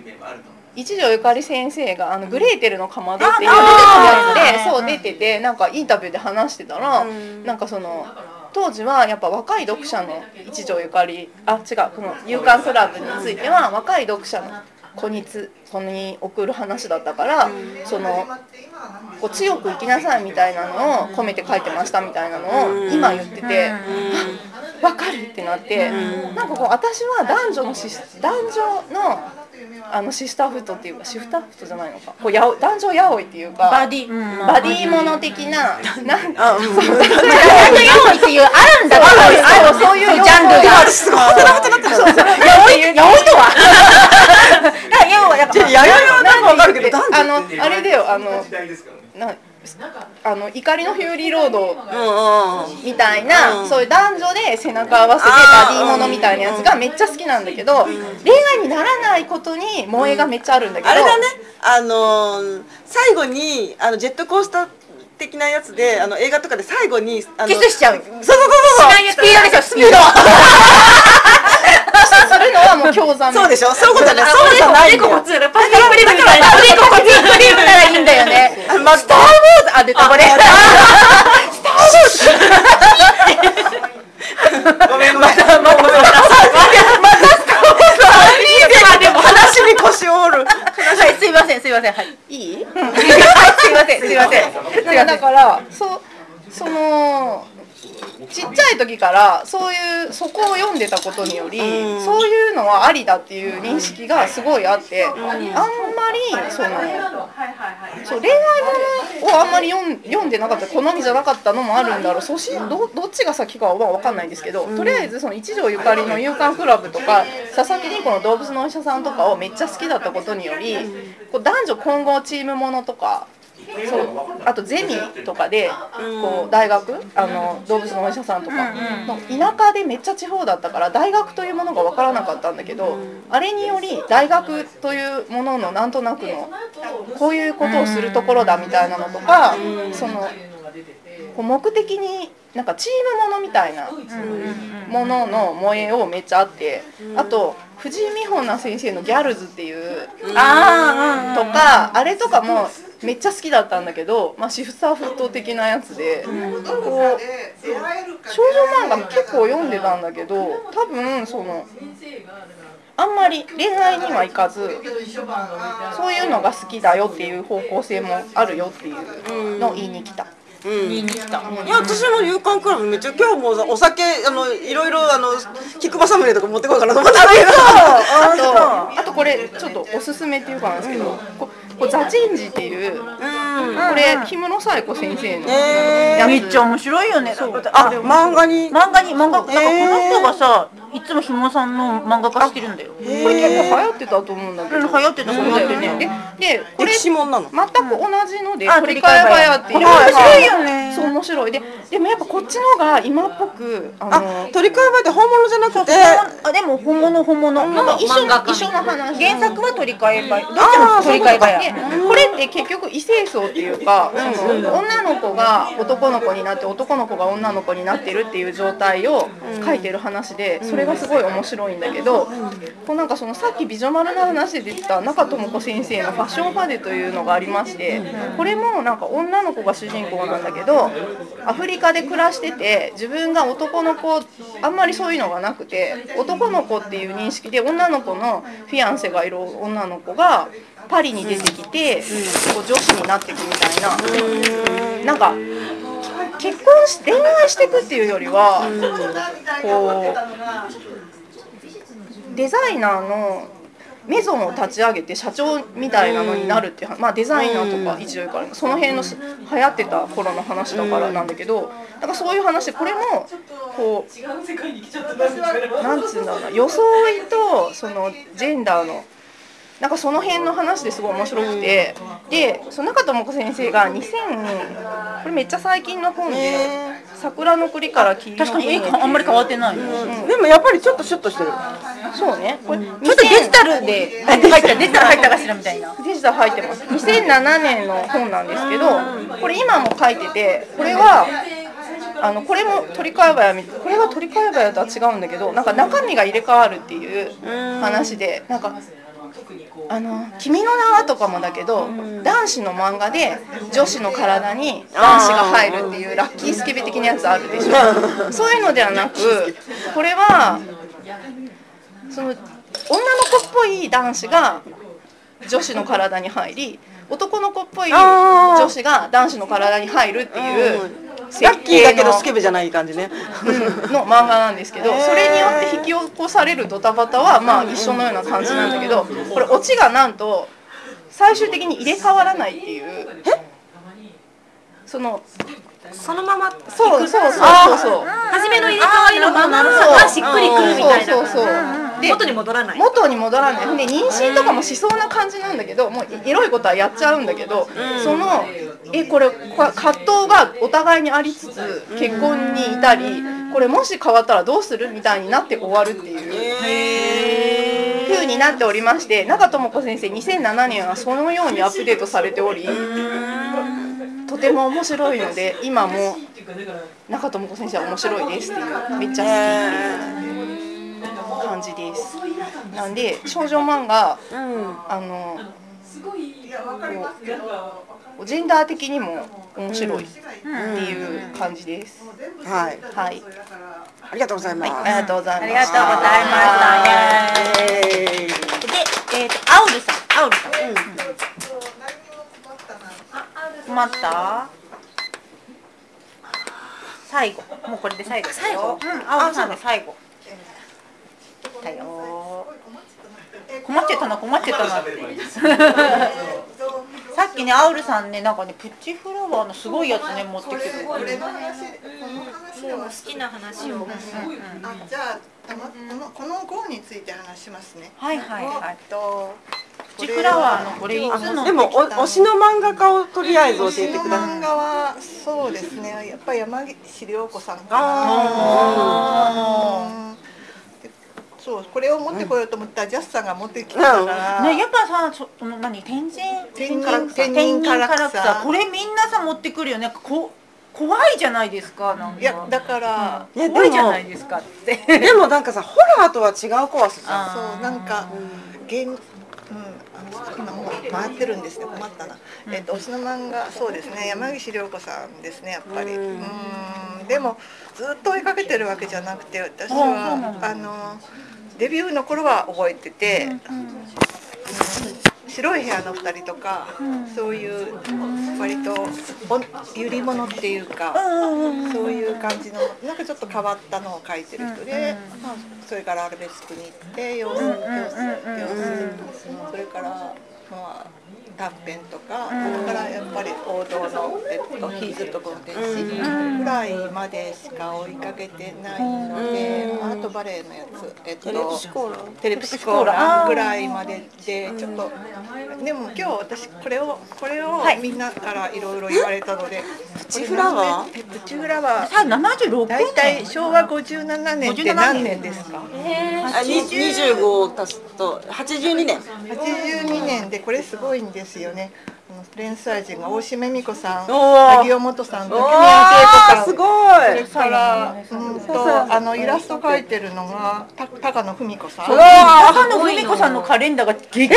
S6: 一条ゆかり先生があのグレーテルのかまどっていうやつでそう出ててなんかインタビューで話してたら、なんかその。当時はやっぱ若い読者の一条ゆかりあ違うこの「勇敢クラブ」については若い読者の子につ子に送る話だったからそのこう強く生きなさいみたいなのを込めて書いてましたみたいなのを今言ってて。わかるってなって、なんかこう私は男女のシス男女のあのシスターフットっていうかシフターフットじゃないのかこうやお男女やおいっていうか
S1: バディ。
S6: バディモノ的ななんか
S3: あ、うん、
S1: バディ用意っていう、あるんだ
S6: あのそういう
S1: ジャンルが
S6: が
S3: あれすごい働くなってなってる。
S1: やおい、やおいとは。 要はやっぱ、
S3: やややなんかわかるけど、
S6: あ
S3: 男
S6: のあれだよあのなあの怒りのフューリーロード
S3: 女。うんうん。
S6: みたいな、
S3: うん
S6: そういう男女で背中合わせで
S3: あ
S6: バ
S3: ー
S6: ディものみたいなやつがめっちゃ好きなんだけど、恋愛にならないことに萌えがめっちゃあるんだけど、
S3: あれだね、あのー最後にあのジェットコースター的なやつで、あの映画とかで最後にあの
S1: キスしちゃう。
S3: そうそうそうそう。
S1: スピードでしょ、スピード。
S6: するのはもう興ざ め
S3: そうでしょ。そういうことだね。そうじゃないんだよ。
S4: パパリプリみたいな。
S1: で、ここにクリームならいいんだよね。
S3: あまあ
S1: スター・ウォーズ、あ、出た、これ。
S3: ごめんごめん。またまたまたでも話に腰を折る。
S1: はい、すいません、すいません、はい。
S6: いい
S1: はいすいません、すいません。
S6: なんかだからそうそのちっちゃい時からそういうそこを読んでたことにより、
S3: うん
S6: そういうのはありだっていう認識がすごいあって、あんまりそのそう恋愛ものをあんまり読ん読んでなかった好みじゃなかったのもあるんだろうそしどどっちが先かはわかんないんですけど、とりあえずその一条ゆかりの「勇敢クラブ」とか佐々木凛子の「動物のお医者さん」とかをめっちゃ好きだったことにより、こう男女混合チームものとかそうあとゼミとかでこう大学あの動物のお医者さんとかの田舎でめっちゃ地方だったから大学というものが分からなかったんだけどあれにより大学というもののなんとなくのこういうことをするところだみたいなのとかそのこう目的になんかチームものみたいなものの萌えをめっちゃあってあと藤井美穂奈先生の「ギャルズ」っていう
S1: あ
S6: とか、あれとかもめっちゃ好きだったんだけど、まあ、シフター沸騰的なやつで、こう少女漫画も結構読んでたんだけど多分そのあんまり恋愛にはいかずそういうのが好きだよっていう方向性もあるよっていうのを言いに来た。
S3: うん。いや私も勇敢クラブめっちゃ今日もさお酒あのいろいろあの菊間サムネとか持ってこようかなと思ったんだけど。
S6: あとあとこれちょっとおすすめっていうかなんですけど、ここうザ・チェンジっていうこ
S3: うん。
S6: れ氷室冴子先生の。
S3: え
S1: いや、
S3: ー。
S1: めっちゃ面白いよね。
S3: あ漫画に。
S1: 漫画に漫画なんかこ
S3: えー
S1: の人がさ、いつもひもさんの漫画化してるんだよ。うん
S6: これ結構流行ってたと思うんだけ
S1: 流
S6: ど。
S1: 行ってた流行ってたね。
S6: で、でこ
S3: 歴
S6: れ
S3: 史もんなの。
S6: 全く同じので
S1: あ
S6: 取り替え早っていう
S1: 取り替え早
S6: いよねそう面白いででもやっぱこっちの方が今っぽくあ
S3: あ
S6: の
S3: 取り替え版って本物じゃなくて。
S1: あでも本物本物。
S6: なんか一緒
S4: 漫画家
S6: 一緒の話
S1: 原作は取り替えばいいどっち
S3: あ
S1: も
S3: ー
S1: 取り替えばいい
S6: でこれって結局異性相っていうかその女の子が男の子になって男の子が女の子になってるっていう状態を書いてる話でそれがすごい面白いんだけどこうなんかそのさっき美女丸の話で出てた中智子先生の「ファッションファデ」というのがありましてこれもなんか女の子が主人公なんだけどアフリカで暮らしてて自分が男の子あんまりそういうのがなくて男の子っていう認識で女の子のフィアンセがいる女の子がパリに出てきて、こう女子になっていくみたいな、なんか結婚し恋愛していくっていうよりは、こうデザイナーのメゾンを立ち上げて社長みたいなのになるっていう、まあ、デザイナーとか一応からその辺のし流行ってた頃の話だからなんだけどだからそういう話でこれもこうなんつうんだろうな装いとそのジェンダーのなんかその辺の話ですごい面白くて、でその中智子先生が2000これめっちゃ最近の本で「桜の栗から黄色の
S1: 確かに絵があんまり変わってないね。
S3: でもやっぱりちょっとシュッとしてる。
S6: そうねこれちょっ
S1: ちょっとデジタルで入ったデジタル入ったかしらみたいな。
S6: デジタル入ってます2007年の本なんですけどこれ今も書いててこれはあのこれも鳥川やみこれは鳥川やとは違うんだけどなんか中身が入れ替わるっていう話でなんかあの「君の名は」とかもだけど、男子の漫画で女子の体に男子が入るっていうラッキースケベ的なやつあるでしょそういうのではなくこれはその女の子っぽい男子が女子の体に入り男の子っぽい女子が男子の体に入るっていう
S3: ラッキーだけどスケ
S6: ベ
S3: ベじゃない感じね。
S6: の漫画なんですけどそれによって引き起こされるドタバタはまあ一緒のような感じなんだけどこれオチがなんと最終的に入れ替わらないっていうその
S4: そのまま
S6: そうそうそうそうそう
S4: 初めの入れ替わりのままがしっくりくるみたいな
S6: そうそうそうで
S4: 元に戻らない
S6: 元に戻らないで妊娠とかもしそうな感じなんだけどもうエロいことはやっちゃうんだけど、そのえこれこ葛藤がお互いにありつつ結婚に至りこれもし変わったらどうするみたいになって終わるっていう。風になっておりまして長友子先生2007年はそのようにアップデートされておりとても面白いので今も長友子先生は面白いですっていうめっちゃ好き感じです。なんで少女漫画、あのこうジェンダー的にも面白いっていう感じです。
S3: はい。
S6: はい、
S3: ありがとうございます。
S6: ありがとうございま
S4: あ
S6: す。
S4: りがとうございました
S3: え
S4: で、えっ、と、アオルさん、アオルさん。困った。最後、もうこれで最後ですよ。うん、アオルさんで最後。だよ
S1: 困ってたな困ってたなって
S4: ー。さっきね、アオルさんね、なんかね、プチフラワーのすごいやつね、持ってきてくれた。
S7: 俺の話この話では好きな話を、あじゃあたまこのこの号について話しますね
S4: はいはいはい。
S7: えっと
S4: プチフラワーのこれいつ
S3: ー
S4: の。
S3: でもお推しの漫画家をとりあえず教えて
S7: こ
S3: く
S7: の
S3: ださい
S7: 漫。画はそうですねやっぱり山岸涼子さんか
S3: あ
S7: なうんそうこれを持ってこようと思ったらジャスさんが持ってきてたから、
S1: ね、やっぱさそその何天神
S7: 天神
S1: 天
S7: 天
S1: 神
S7: 神
S1: 唐
S7: 唐草
S1: 草これみんなさ持ってくるよねこ怖いじゃないですかなんか
S7: いやだから、
S3: いやでも
S1: 怖いじゃないですかって
S3: でもなんかさホラーとは違う怖ささ。
S7: そうなんか現うんあの今もう回ってるんですね困ったな、えっと推しの漫画そうですね山岸涼子さんですねやっぱり
S3: う
S7: うんんでもずっと追いかけてるわけじゃなくて私はあのデビューの頃は覚えてて、白い部屋の2人とか、そういう割とおゆり物っていうか、そういう感じのなんかちょっと変わったのを描いてる人で、まあ、それからアルベスクに行って様子様子様子それからまあ短編とか、それからやっぱり王道の、えっと、ヒーズとこの天使ぐらいまでしか追いかけてないので、あとバレエのやつ、えっと、テレビスコーラぐらいまででちょっとでも今日私これをこれをみんなからいろいろ言われたので、プ
S3: チフラワ
S7: ープチフラワー
S1: さ76
S7: 大体昭和57年って何年ですか
S3: あに25足すと82年。
S7: 82年でこれすごいんですよねあの連載人が大島恵美子さん
S3: おー
S7: 萩尾元さん
S3: お
S7: 竹
S3: ー
S7: 宮恵子さ
S3: す
S7: ん
S3: ご
S7: それ
S3: い。
S7: から、うんと、あのイラスト描いてるのが、た、高野文子さん。
S1: 中野文子さんのカレンダーが激、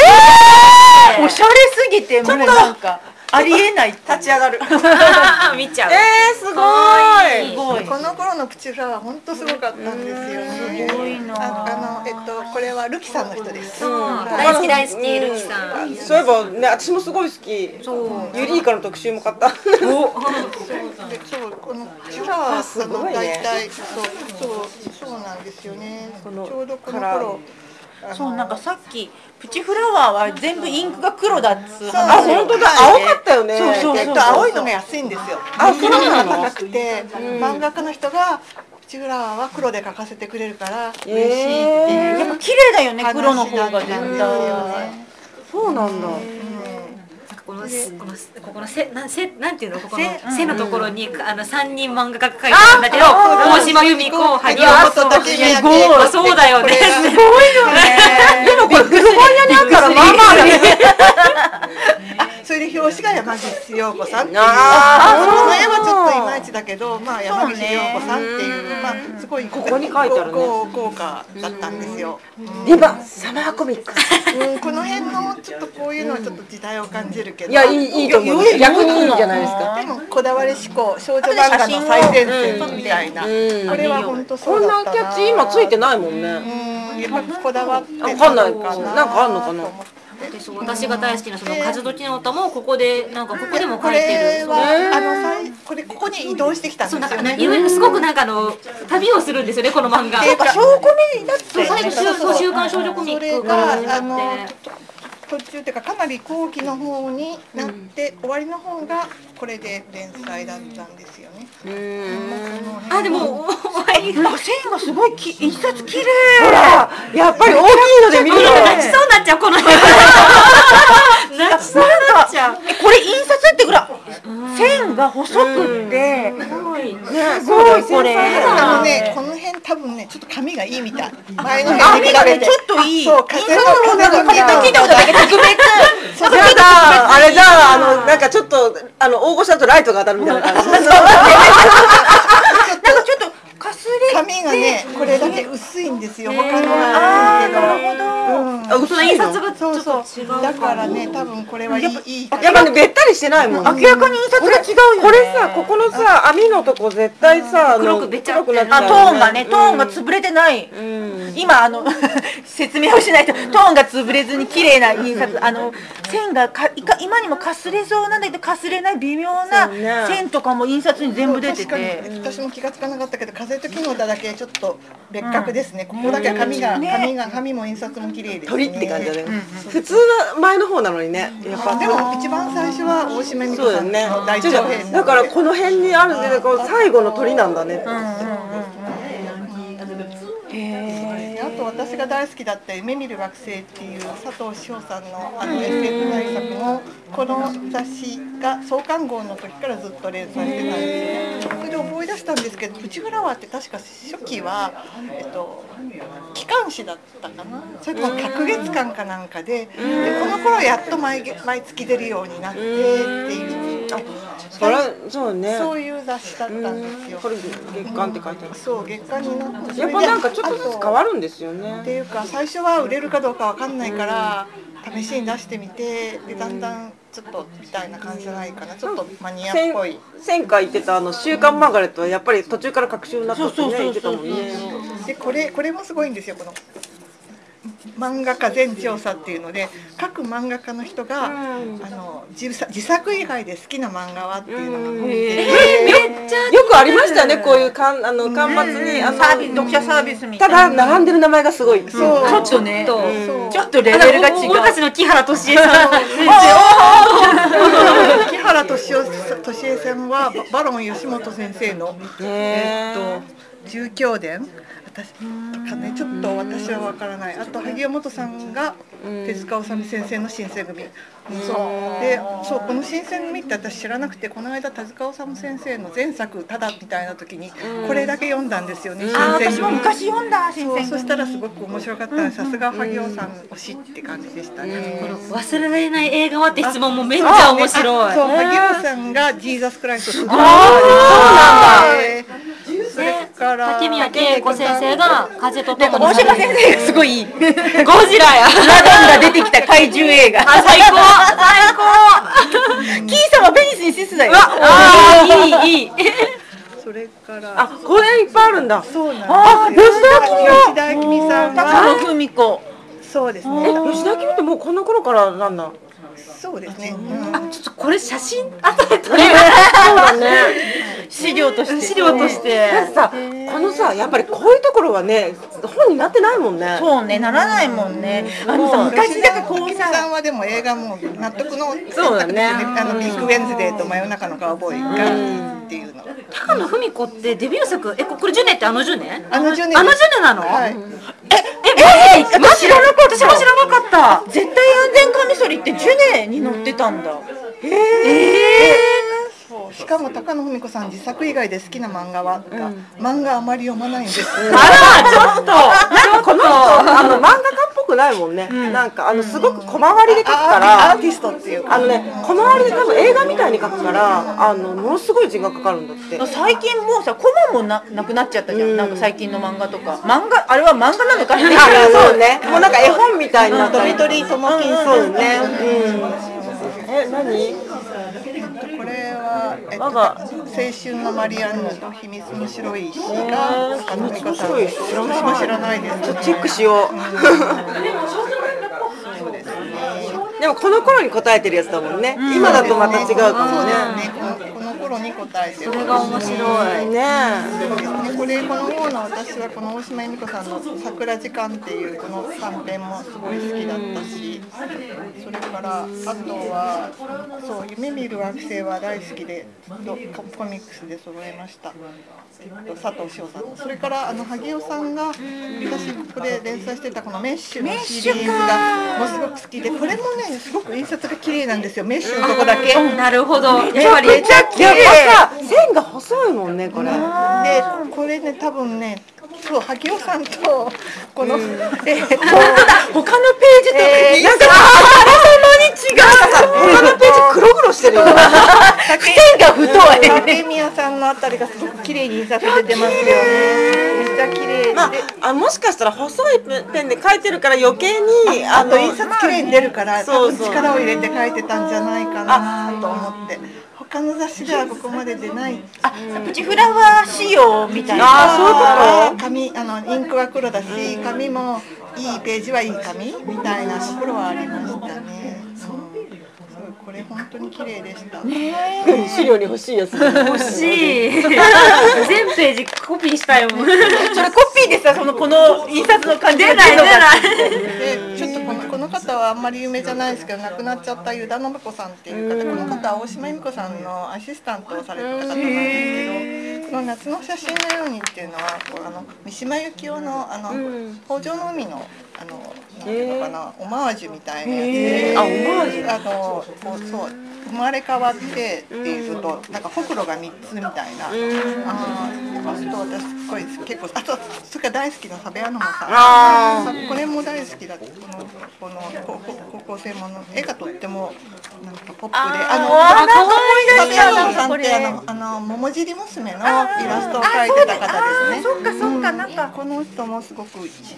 S1: おしゃれすぎてもうなんかありえない立ち上がる
S4: あー見ちゃう。
S3: えーすごい。
S1: すごい
S7: この頃のプチフラワー本当すごかったんですよね。
S1: すごいな
S7: ああのえっとこれはルキさんの人です。
S4: 大好き大好き、ルキさん。
S3: そういえばね私もすごい好き。ユリイカの特集も買った。
S7: でそうこのプチフラワー
S3: ごい
S7: の
S3: ね
S7: 大体、そうそうそうなんですよね。
S3: の
S7: ちょうどこの
S3: カラ
S7: 頃
S3: ー。
S1: そうなんかさっきプチフラワーは全部インクが黒だっつう
S3: あ
S1: 話
S3: 本当だ青かったよね。
S1: そうそう
S7: えっと青いのが安いんですよ。
S3: あそうなの。
S7: 高くて、漫画家の人がプチフラワーは黒で描かせてくれるから嬉しいっていう。
S1: やっぱ綺麗だよね
S7: 話
S1: 黒の方が絶
S7: なん
S1: 対
S7: ですよね
S3: そうなんだ。
S4: このすこのすここの背なん背なんていうのここの
S1: 背うん
S4: 背のところにあの三人漫画家が描いてるんだけど大島由美子萩尾
S7: そう
S4: そう
S7: 竹宮
S1: すごい
S7: 恵子
S4: そうだよね
S7: これが
S3: でもこれ古本屋にあったらまあまあある。
S7: それで表越谷山岸陽子さんっていう
S3: あー
S7: あその絵はちょっといまいちだけど、まあ、山岸陽子さんっていうまあ、すごいこ
S3: こに書いてあるね
S7: 効果だったんですよ。
S3: リバサマーコミック
S7: うん、この辺のちょっとこういうのはちょっと時代を感じるけど。
S3: いやいいいいと思う逆にいいじゃないですか
S7: でもこだわり思考少女漫画の最前線みたいな、
S3: うん
S7: これは本当
S3: こ
S7: そ
S3: んな
S7: うだった
S3: キ
S7: な
S3: ャッチ今ついてないもんね
S7: うんやっぱこだわって
S3: わかんないなんかあんのかな
S4: でそう私が大好きなその風時の歌もここでなんかここでも書いて
S7: これ
S4: る。
S7: は、
S3: えー
S7: あのさいこれここに移動してきたん
S4: そう
S7: で
S4: なん
S7: すよ
S4: かね
S7: ね
S4: いろいろすごくなんかあの旅をするんですよねこの漫画。
S7: っていうか証拠になって
S4: そう最後週そう週刊少女コミックが
S7: それがあの
S4: あって
S7: 途中っていうかかなり後期の方になって、終わりの方がこれで連載だったんですよね。
S4: あでもお終わりが
S1: 線がすごいき一冊綺麗
S3: やっぱり大きいので見る
S4: 泣きそうになっちゃうこの辺泣きそうになっちゃう
S1: えこれ印刷ってぐらい線が細くってすごいこれ
S7: あのね、この辺多分ね、ちょっと髪がいいみたい。前の
S1: あ
S7: 辺に
S1: み
S7: 比
S1: んな
S7: べ
S1: ね
S7: て。
S1: ちょっといい
S7: そう、風の風の
S1: 聞いたことだけど特別
S3: じゃああれだあのなんかちょっとあの大御所だとライトが当たるみたいな感じ
S1: なんかちょっとかすれ
S7: 髪がね、これだけ薄いんですよ。他の
S1: ああ
S7: は薄いけど。
S1: なるほど
S3: あ嘘
S4: 印刷がちょ
S7: そう
S4: っ
S7: そう
S4: と違うかも
S7: だからね、多分これはいいいい感じ
S3: やっぱねべったりしてないもん
S1: 明らかに印刷が違うよね
S3: これさここのさ網のとこ絶対さあの
S4: 黒くべちゃって
S3: 黒くな
S1: あ
S3: っ
S1: ト
S3: ちゃうよ
S1: ーンがねトーンが潰れてない、今あの 説明をしないとトーンが潰れずに綺麗な印刷あの線がかいか今にもかすれそうなんだけどかすれない微妙な
S3: そうね
S1: 線とかも印刷に全部出て
S7: 確かに
S1: て。
S7: 私も気がつかなかったけど風と木の歌だけちょっと別格ですね、ここだけ髪が、髪が髪も印刷も綺麗ですね
S3: 鳥って感じだね、普通は前の方なのにねやっぱ
S7: でも一番最初は大島美
S3: そう
S7: 香
S3: だ
S7: さ
S3: よ
S7: ん
S3: ね
S7: の大長編
S3: だからこの辺にあるんでこう最後の鳥なんだねって、
S7: あと私が大好きだった「夢見る惑星」っていう佐藤志保さんのあの SF 大作もこの雑誌が創刊号の時からずっと連載してたんですよねそれで思い出したんですけど「プチフラワー」って確か初期は、えっと、機関誌だったかなそれとも隔月間かなんかででこの頃やっと毎月毎月出るようになってっていう
S3: それそうね
S7: そういう雑誌だったんですよ
S3: こ。れ月刊って書いてある
S7: そう月間になって
S3: やっぱなんかちょっとずつ変わるんですよ
S7: っ
S3: ね
S7: ていうか最初は売れるかどうかわかんないから試しに出してみてでだんだんちょっとみたいな感じじゃないかなちょっとマニアっ
S3: 前
S7: ぽい
S3: 前回言ってたあの「週刊マーガレット」はやっぱり途中から隔週になったってね言ってたもんね
S7: でこれこれもすごいんですよこの漫画家全調査っていうので各漫画家の人が、あの自作自作以外で好きな漫画はっていうのが載ってて
S3: よくありましたよねこういうかんあの刊末にあの
S1: サービス読者サービスみた
S3: た
S1: いな
S3: だ並んでる名前がすごいっていう
S7: そう
S1: ちょっとね
S4: と
S7: そう
S1: ちょっとレベルが違う
S4: お俺たちの木原敏恵さんの
S7: 木原敏夫さん敏江さんはババロン吉本先生のえ
S3: ね
S7: ーっと住教伝私かねちょっと私はわからないあと萩尾元さんが手塚治虫先生の新選組そうでそうこの新選組って私知らなくてこの間手塚治虫先生の前作「ただ」みたいな時にこれだけ読んだんですよね新
S1: あー
S7: 選
S1: 私も
S7: 組
S1: 昔読んだ新
S7: そう
S1: 選
S7: そし
S1: 組
S7: たらすごく面白かったんでさすが萩尾さん推しって感じでしたね。
S4: 忘れられない映画はって質問もめっちゃ面白い。
S7: そう、萩尾さんがジーザスクライスト。そうなんだ。それから。
S4: 竹宮恵子先生が風と共に
S1: 大島先生がすごいいいラ
S4: 生ゴジラや
S1: ダンが出てきた怪獣映画
S4: あ最高最高
S1: キーさんはベニスにシスだよ
S4: あいいいい
S7: それから。
S3: あこれいっぱいあるんだ
S7: そうなんですよ。吉田明美さん
S1: 高
S7: は。
S1: 野文子
S7: そうです
S3: え
S7: ね。
S3: 吉田君ってもうこの頃からなんだ
S7: そうですね。うん
S4: ちょっとこれ写真後で撮れる
S3: そうだね
S1: 資料として
S4: 資料として
S3: だってさこのさやっぱりこういうところはね本になってないもんね
S1: そうねならないもんねあのさ昔だからこう
S7: 明美
S1: さ
S7: さんはでも映画も納得の選択です
S3: そうだね
S7: あのビッグウェンズデーと真夜中のカウボーイがっていうの
S4: 高野文子ってデビュー作えここれ10年ってあの10年
S7: あの10年
S4: あの10年なの
S7: はい
S4: ええマジでマジで私も知らなかった
S1: 絶対安全カミソリってジュネに乗ってたんだ。
S7: そうしかも高野文子さん自作以外で好きな漫画は漫画あまり読まないんです
S3: あらちょっとなんかこの人あの漫画家っぽくないもんね、なんかあのすごく小回りで描くから
S7: アーティストっていうか
S3: あのね小回りで多分映画みたいに描くからあのものすごい時間かかるんだって
S1: 最近もうさコマもななくなっちゃったじゃん、
S3: うん
S1: なんか最近の漫画とか漫画あれは漫画なのかね
S3: あそうねもうなんか絵本みたいになったりとりともきそうねうんえ何
S7: これは、えっと、
S3: 我
S7: 青
S3: が
S7: 春のマリアンヌの秘密の白い石が坂上子さん
S3: 白い
S7: で
S3: 石
S7: す。私も知らないです。
S3: ちょっとチェックしようでもこの頃に答えてるやつだもんね、今だとまた違うかもね
S7: そうですねこの頃に答えてる。
S3: 白いね
S7: これこの方の私はこの大島由美子さんの「桜時間」っていうこの短編もすごい好きだったしそれからあとはそう「夢見る惑星」は大好きでどココミックスで揃えました、えっと、佐藤翔さんそれからあの萩尾さんが私これ連載してたこの「メッシュ」のシリーズがもうすごく好きでこれもねすごく印刷が綺麗なんですよメッシュのとこだけ。
S4: なるほど。やはり
S7: めちゃ
S3: いやまた線が細いもんねこれ
S7: でこれね多分ねそう萩尾さんとこの、えー
S1: 他
S7: と
S1: のページと、
S3: なんかあらさまに違う他のページ黒々してるよ
S7: 竹宮さんのあたりがすごく綺麗に印刷されてますよねめっちゃ綺麗で、
S3: まあ、あもしかしたら細いペンペンで書いてるから余計にあ
S7: あ
S3: の
S7: と印刷綺麗に出るから
S3: そ
S7: 多
S3: う
S7: 分
S3: そう
S7: 力を入れて書いてたんじゃないかなと思って他の雑誌ではここまで出ないあ
S1: プチフラワー仕様みたいな
S3: ああ
S7: 紙あのインクは黒だし紙もいいページはいい紙みたいなところはありましたね。うんすごいこれ本当に綺麗でした。
S3: そういうこと資料に欲しいやつ
S4: 欲しい。全ページコピーしたいもん。
S1: それコピーでさそのこの印刷の感じが
S4: 出ない
S1: る
S4: 出
S1: のか
S4: ない。
S7: でちょっとこのこの方はあんまり有名じゃないですけど亡くなっちゃった湯田信子さんっていう方この方は大島由美子さんのアシスタントをされてた方なんですけどこの「夏の写真のように」っていうのはこうあの三島由紀夫のあの北条の海のあのなんていうのかなオマージュみたいなやつで、
S3: あオマージ
S7: あのこうそう生まれ変わってっていうことなんかほくろが3つみたいな。ああと私すごい結構あとそれから大好きなサベアノモさん
S3: あ
S7: さこれも大好きだこのこの高校高校生もの絵がとってもなんかポップであの
S4: 可
S7: サ
S4: 愛
S7: ビアノ
S4: い
S7: さん
S4: こ
S7: っ
S4: れ
S7: て。あのあの桃尻娘のイラストを描いてた方ですね。
S1: そっかそっかなんか
S7: この人もすごく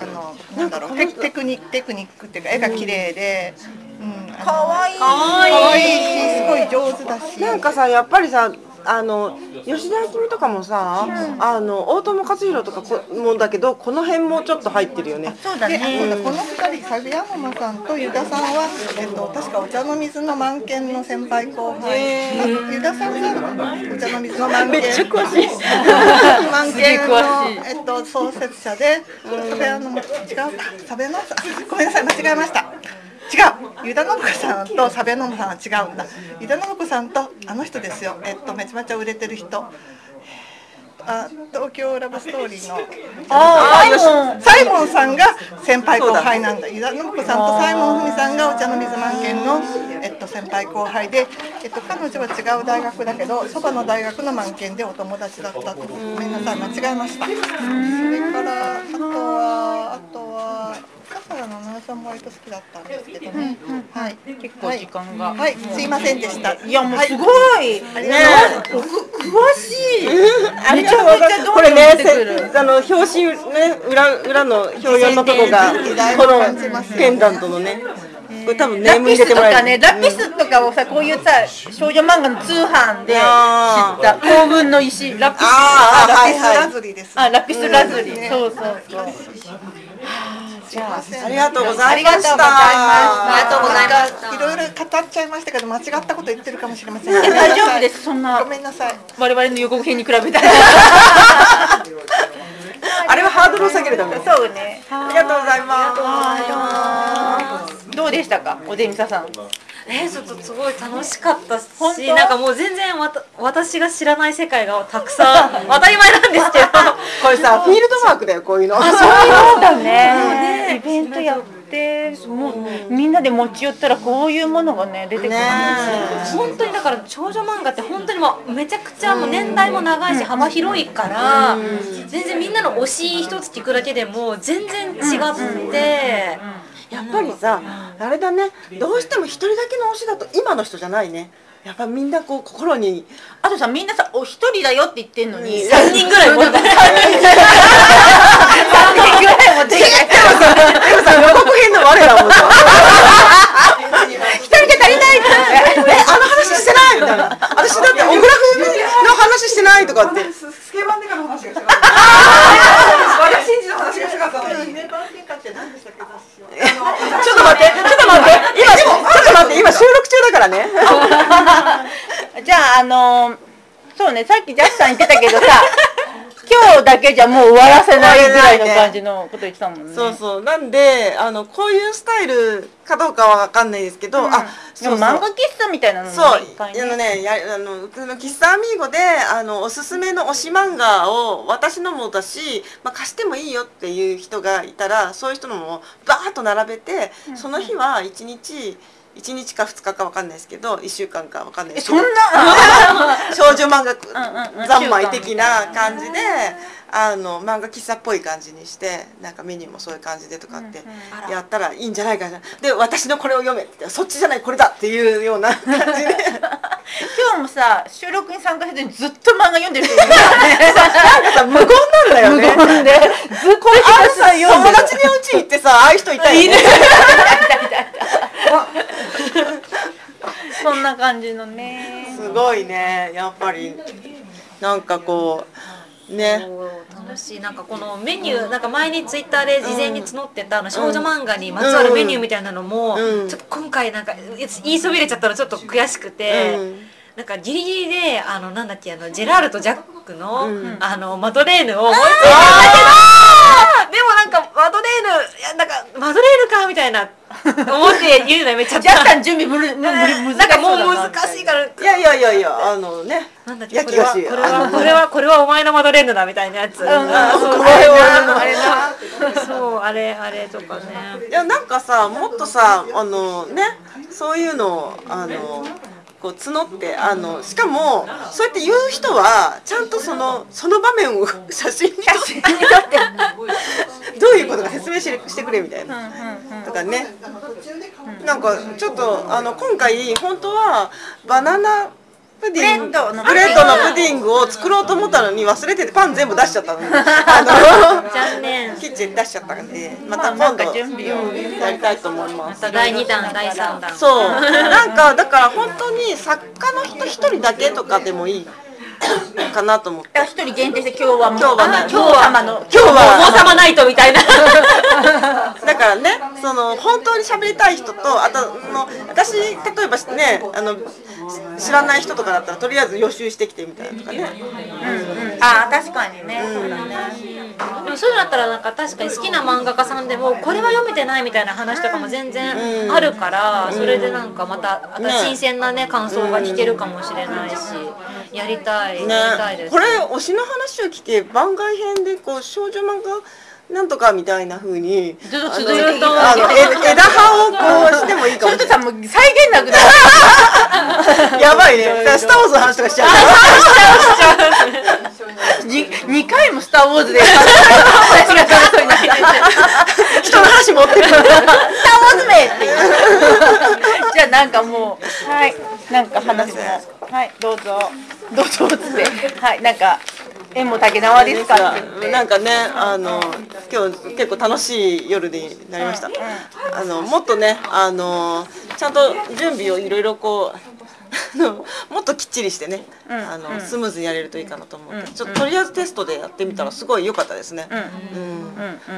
S7: あのなんだろうテテクニテクニックっていうか絵が綺麗で、うん、可愛い
S4: 可
S7: 可
S4: 愛い。
S7: 愛いしすごい上手だし。
S3: なんかさやっぱりさあの吉田ひみとかもさ、あの大友克洋とかこもだけどこの辺もちょっと入ってるよね
S7: そうだね。この二人、サビアママさんとユダさんは、えっと、確かお茶の水の満研の先輩後輩。あユダさんがお茶の水の満研。めっちゃ詳しい。満研の、えっと、創設者で、サビアママ、違う、サビアママさん、ごめんなさい、間違えました。違うユダノブコさんとサベノムさんは違うんだユダノブコさんとあの人ですよえっとめちゃめちゃ売れてる人あ東京ラブストーリーの
S3: ああよし
S7: サイモンさんが先輩後輩なんだ。伊沢信子さんとサイモンふみさんがお茶の水満研の、えっと、先輩後輩で、えっと、彼女は違う大学だけど、そばの大学の満研でお友達だった。ごめんなさい、間違えました。それから、あとは、あとは、笠原の奈々さんも割と好きだったんですけどね。はい。結構時間が。はい、すいませんでした。いや、もうすごい。ありがとうございます。
S3: めちゃめちゃこれねせあの表紙ね裏裏の表4のとこがこのペンダントのねこれ多分ネ
S1: ラ
S3: ーム
S1: ピ
S3: 入れ
S1: ス
S3: て
S1: と
S3: もらえ
S1: か
S3: る
S1: ね、ラピスとかをさ、こういうさ、少女漫画の通販で知っ
S3: あー
S1: た幸運の石、ラピス。
S3: ああ
S7: ラ
S3: はい
S7: ピスラ
S3: は
S7: ズリです。
S1: あ、ラピスラズリ。そうそうそう。
S3: いありがとうござ
S7: あ
S3: い
S7: り
S3: ま
S7: が
S3: し
S7: とうございま
S3: た
S7: す。
S4: りがとうございました
S7: なんかいろいろ語っちゃいましたけど、間違ったこと言ってるかもしれません。
S1: 大丈夫です。そんな
S7: ごめんなさい。
S1: 我々の予告編に比べたら。
S3: あれはハードルを下げるためです
S1: そうね。
S3: ありがとうございます
S1: どうでしたか、おでみささん。
S4: えー、ちょっとすごい楽しかったし、なんかもう全然わた私が知らない世界がたくさん当たり前なんですけど。
S3: これさフィールドワークだよこういうの
S1: だね。イベントやって、もうみんなで持ち寄ったらこういうものがね出てくるんですよ。
S4: 本当にだから少女漫画って本当にもうめちゃくちゃもう年代も長いし幅広いから全然みんなの推し一つ聞くだけでも全然違って。
S3: やっぱりさ、あれだねどうしても一人だけの推しだと今の人じゃないねやっぱみんなこう心 に
S1: あとさみんなさお一人だよって言ってんのに
S3: 三
S1: 人ぐらい持って
S3: でもさ予告編の我らも さ一人で足りないってえあの話してないみたいな私だって小倉君の話してないとかって
S7: ススケバンデカの話がしたかった。和田真二の話がしたかったのに。スケバンデカって何でしたっけ私は。
S3: ちょっと待って、ちょっと待って、今、ちょっと待って、今収録中だからね。
S1: じゃああのーそうねさっきジャスさん言ってたけど さ今日だけじゃもう終わらせないぐらいの感じのこと言ってたもんね
S3: そうそう、なんで、あの、こういうスタイルかどうかはわかんないですけど、あ、
S1: で
S3: そ
S1: も
S3: うそう。
S1: 漫画喫茶みたいなのも
S3: そう、あ
S1: いっぱいね
S3: のね、や、あの、うちの喫茶アミーゴで、あの、おすすめの推し漫画を、私のもだし。まあ、貸してもいいよっていう人がいたら、そういう人のも、バーっと並べて、その日は一日。一日か二日かわかんないですけど、一週間かわかんないですけど。そんな。 少女漫画、三昧的な感じで。あの漫画喫茶っぽい感じにしてなんかメニューもそういう感じでとかってやったらいいんじゃないかなで私のこれを読めってそっちじゃないこれだっていうような感じで
S1: 今日もさ収録に参加せずにずっと漫画読んでる人いる
S3: さ無言なんだよね無言でずっとあるさ友達にうち行ってさああいう人いたよね
S1: そんな感じのね
S3: すごいねやっぱりなんかこうね
S4: 楽しいなんかこのメニューなんか前にツイッターで事前に募ってたあの少女漫画にまつわるメニューみたいなのも
S3: うん
S4: ちょっと今回なんかいつ言いそびれちゃったのちょっと悔しくて
S3: うん
S4: なんかギリギリであのなんだっけあのジェラールとジャックの
S3: うん
S4: あのマドレーヌを思いついたんだけどでもなんかマドレーヌいやなんかマドレーヌかみたいな思って言うのやめちゃっ
S1: ジャスさ
S4: た。
S1: ん準備むるむるむ
S4: なんかもう難しい
S1: ら
S4: から
S3: いやいやいやいやあのね
S4: なんだっけ
S3: や
S4: こ
S3: き
S4: れは
S3: が
S4: こ
S3: し
S4: れ
S3: あ
S4: は
S3: の
S4: これはこれはお前のマドレーヌだみたいなやつ。あそう
S3: これは
S7: あれだ。
S4: そうあれあれとかね。
S3: いやなんかさもっとさあのねそういうのをあのこう募ってあのしかもそうやって言う人はちゃんとそのその場面を写真に撮 ってどういうことか説明ししてくれみたいな。とかね、なんかちょっとあの今回本当はバナナプディン
S1: ブ
S3: グ
S1: レッドの
S3: ブレッドのプディングを作ろうと思ったのに忘れててパン全部出しちゃったのあの
S4: 残念。
S3: キッチン出しちゃったんで、ま
S1: まあ
S3: た
S1: な
S3: 今
S1: んか
S3: 度
S1: 準備を
S3: うんやりたいと思いま。
S4: ますた第二弾第三弾。
S3: そう、なんかだから本当に作家の人一人だけとかでもいいかなと思って。
S1: 一人限定して今日はもう
S3: 今日はね
S1: あ今日は様の
S3: 今日
S4: 王
S3: は
S4: 様ナイトみたいな。
S3: だからね、その本当に喋りたい人とあとあの私例えばねあのし知らない人とかだったらとりあえず予習してきてみたいなとかね。
S1: ああ確かにね、そうだね
S4: でもそういうのだったらなんか確かに好きな漫画家さんでもこれは読めてないみたいな話とかも全然あるから、それでなんかまた
S3: ね
S4: 新鮮なね感想が聞けるかもしれないし、やりたい、
S3: ね
S4: やりたいです。
S3: これ推しの話を聞け番外編でこう少女漫画なんとかみたいな風にずっ
S1: と続いていく
S3: あのえ枝葉をこうしてもいいか
S1: そ
S3: も
S1: れ
S3: しれ
S1: と
S3: な
S1: さもう再現なくなる
S3: い やばいねスター・ウォーズの話とかしちゃう
S1: に2回も「スター・ウォーズ」で私が取れそうにな った
S3: 人の話持って
S1: 「
S3: る
S1: スター・ウォーズ名」っていうじゃあなんかもうはいなんか話もはいどうぞどうぞっつってはいなんか縁も竹縄ですからって言って
S3: なんかねあの今日結構楽しい夜になりました、あのもっとねあのちゃんと準備をいろいろこう あのもっときっちりしてね、あのスムーズにやれるといいかなと思って、ちょっととりあえずテストでやってみたらすごい良かったですね、うん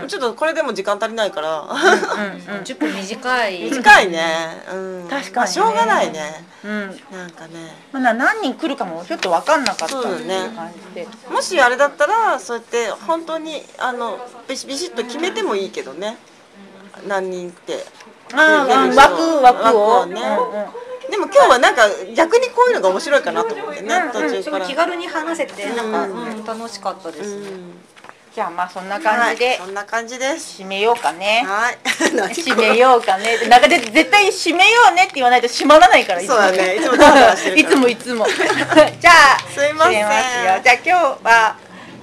S3: ちょっとこれでも時間足りないから、
S4: 10分 短い。
S3: 短いね、うん、
S1: 確かにね
S3: まあしょうがないね
S1: うん
S3: なんかね
S1: まだ何人来るかもちょっと分かんなかったっ
S3: そうだ
S1: てい
S3: ね
S1: う感じで
S3: もしあれだったらそうやって本当にあのビシビシッと決めてもいいけどね何人って
S1: あーうん枠枠を
S3: ね、でも今日はなんか逆にこういうのが面白いかなと思ってね途中
S4: す
S3: か
S4: ごい
S3: ら、
S4: 気軽に話せてなんか、
S3: う
S4: うん楽しかったです。
S3: うん
S1: じゃあまあそんな
S3: は
S1: 感
S3: い
S1: じで
S3: そんな感じです
S1: 締めようかね
S3: はい
S1: 締めようかねってなんかで絶対締めようねって言わないと締まらないからいつ
S3: そ
S1: も
S3: うだねいつもダラダラしてる
S1: い
S3: か
S1: つ
S3: ら
S1: もいつも。 じゃ あ、
S3: すいませ
S1: 締めますよじ
S3: ん
S1: ゃあ今日は、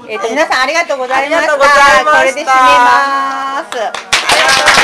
S1: えっ、と皆さんありがとうございました。
S3: ありがとうございました
S1: これで締めます。
S3: ありがとうございます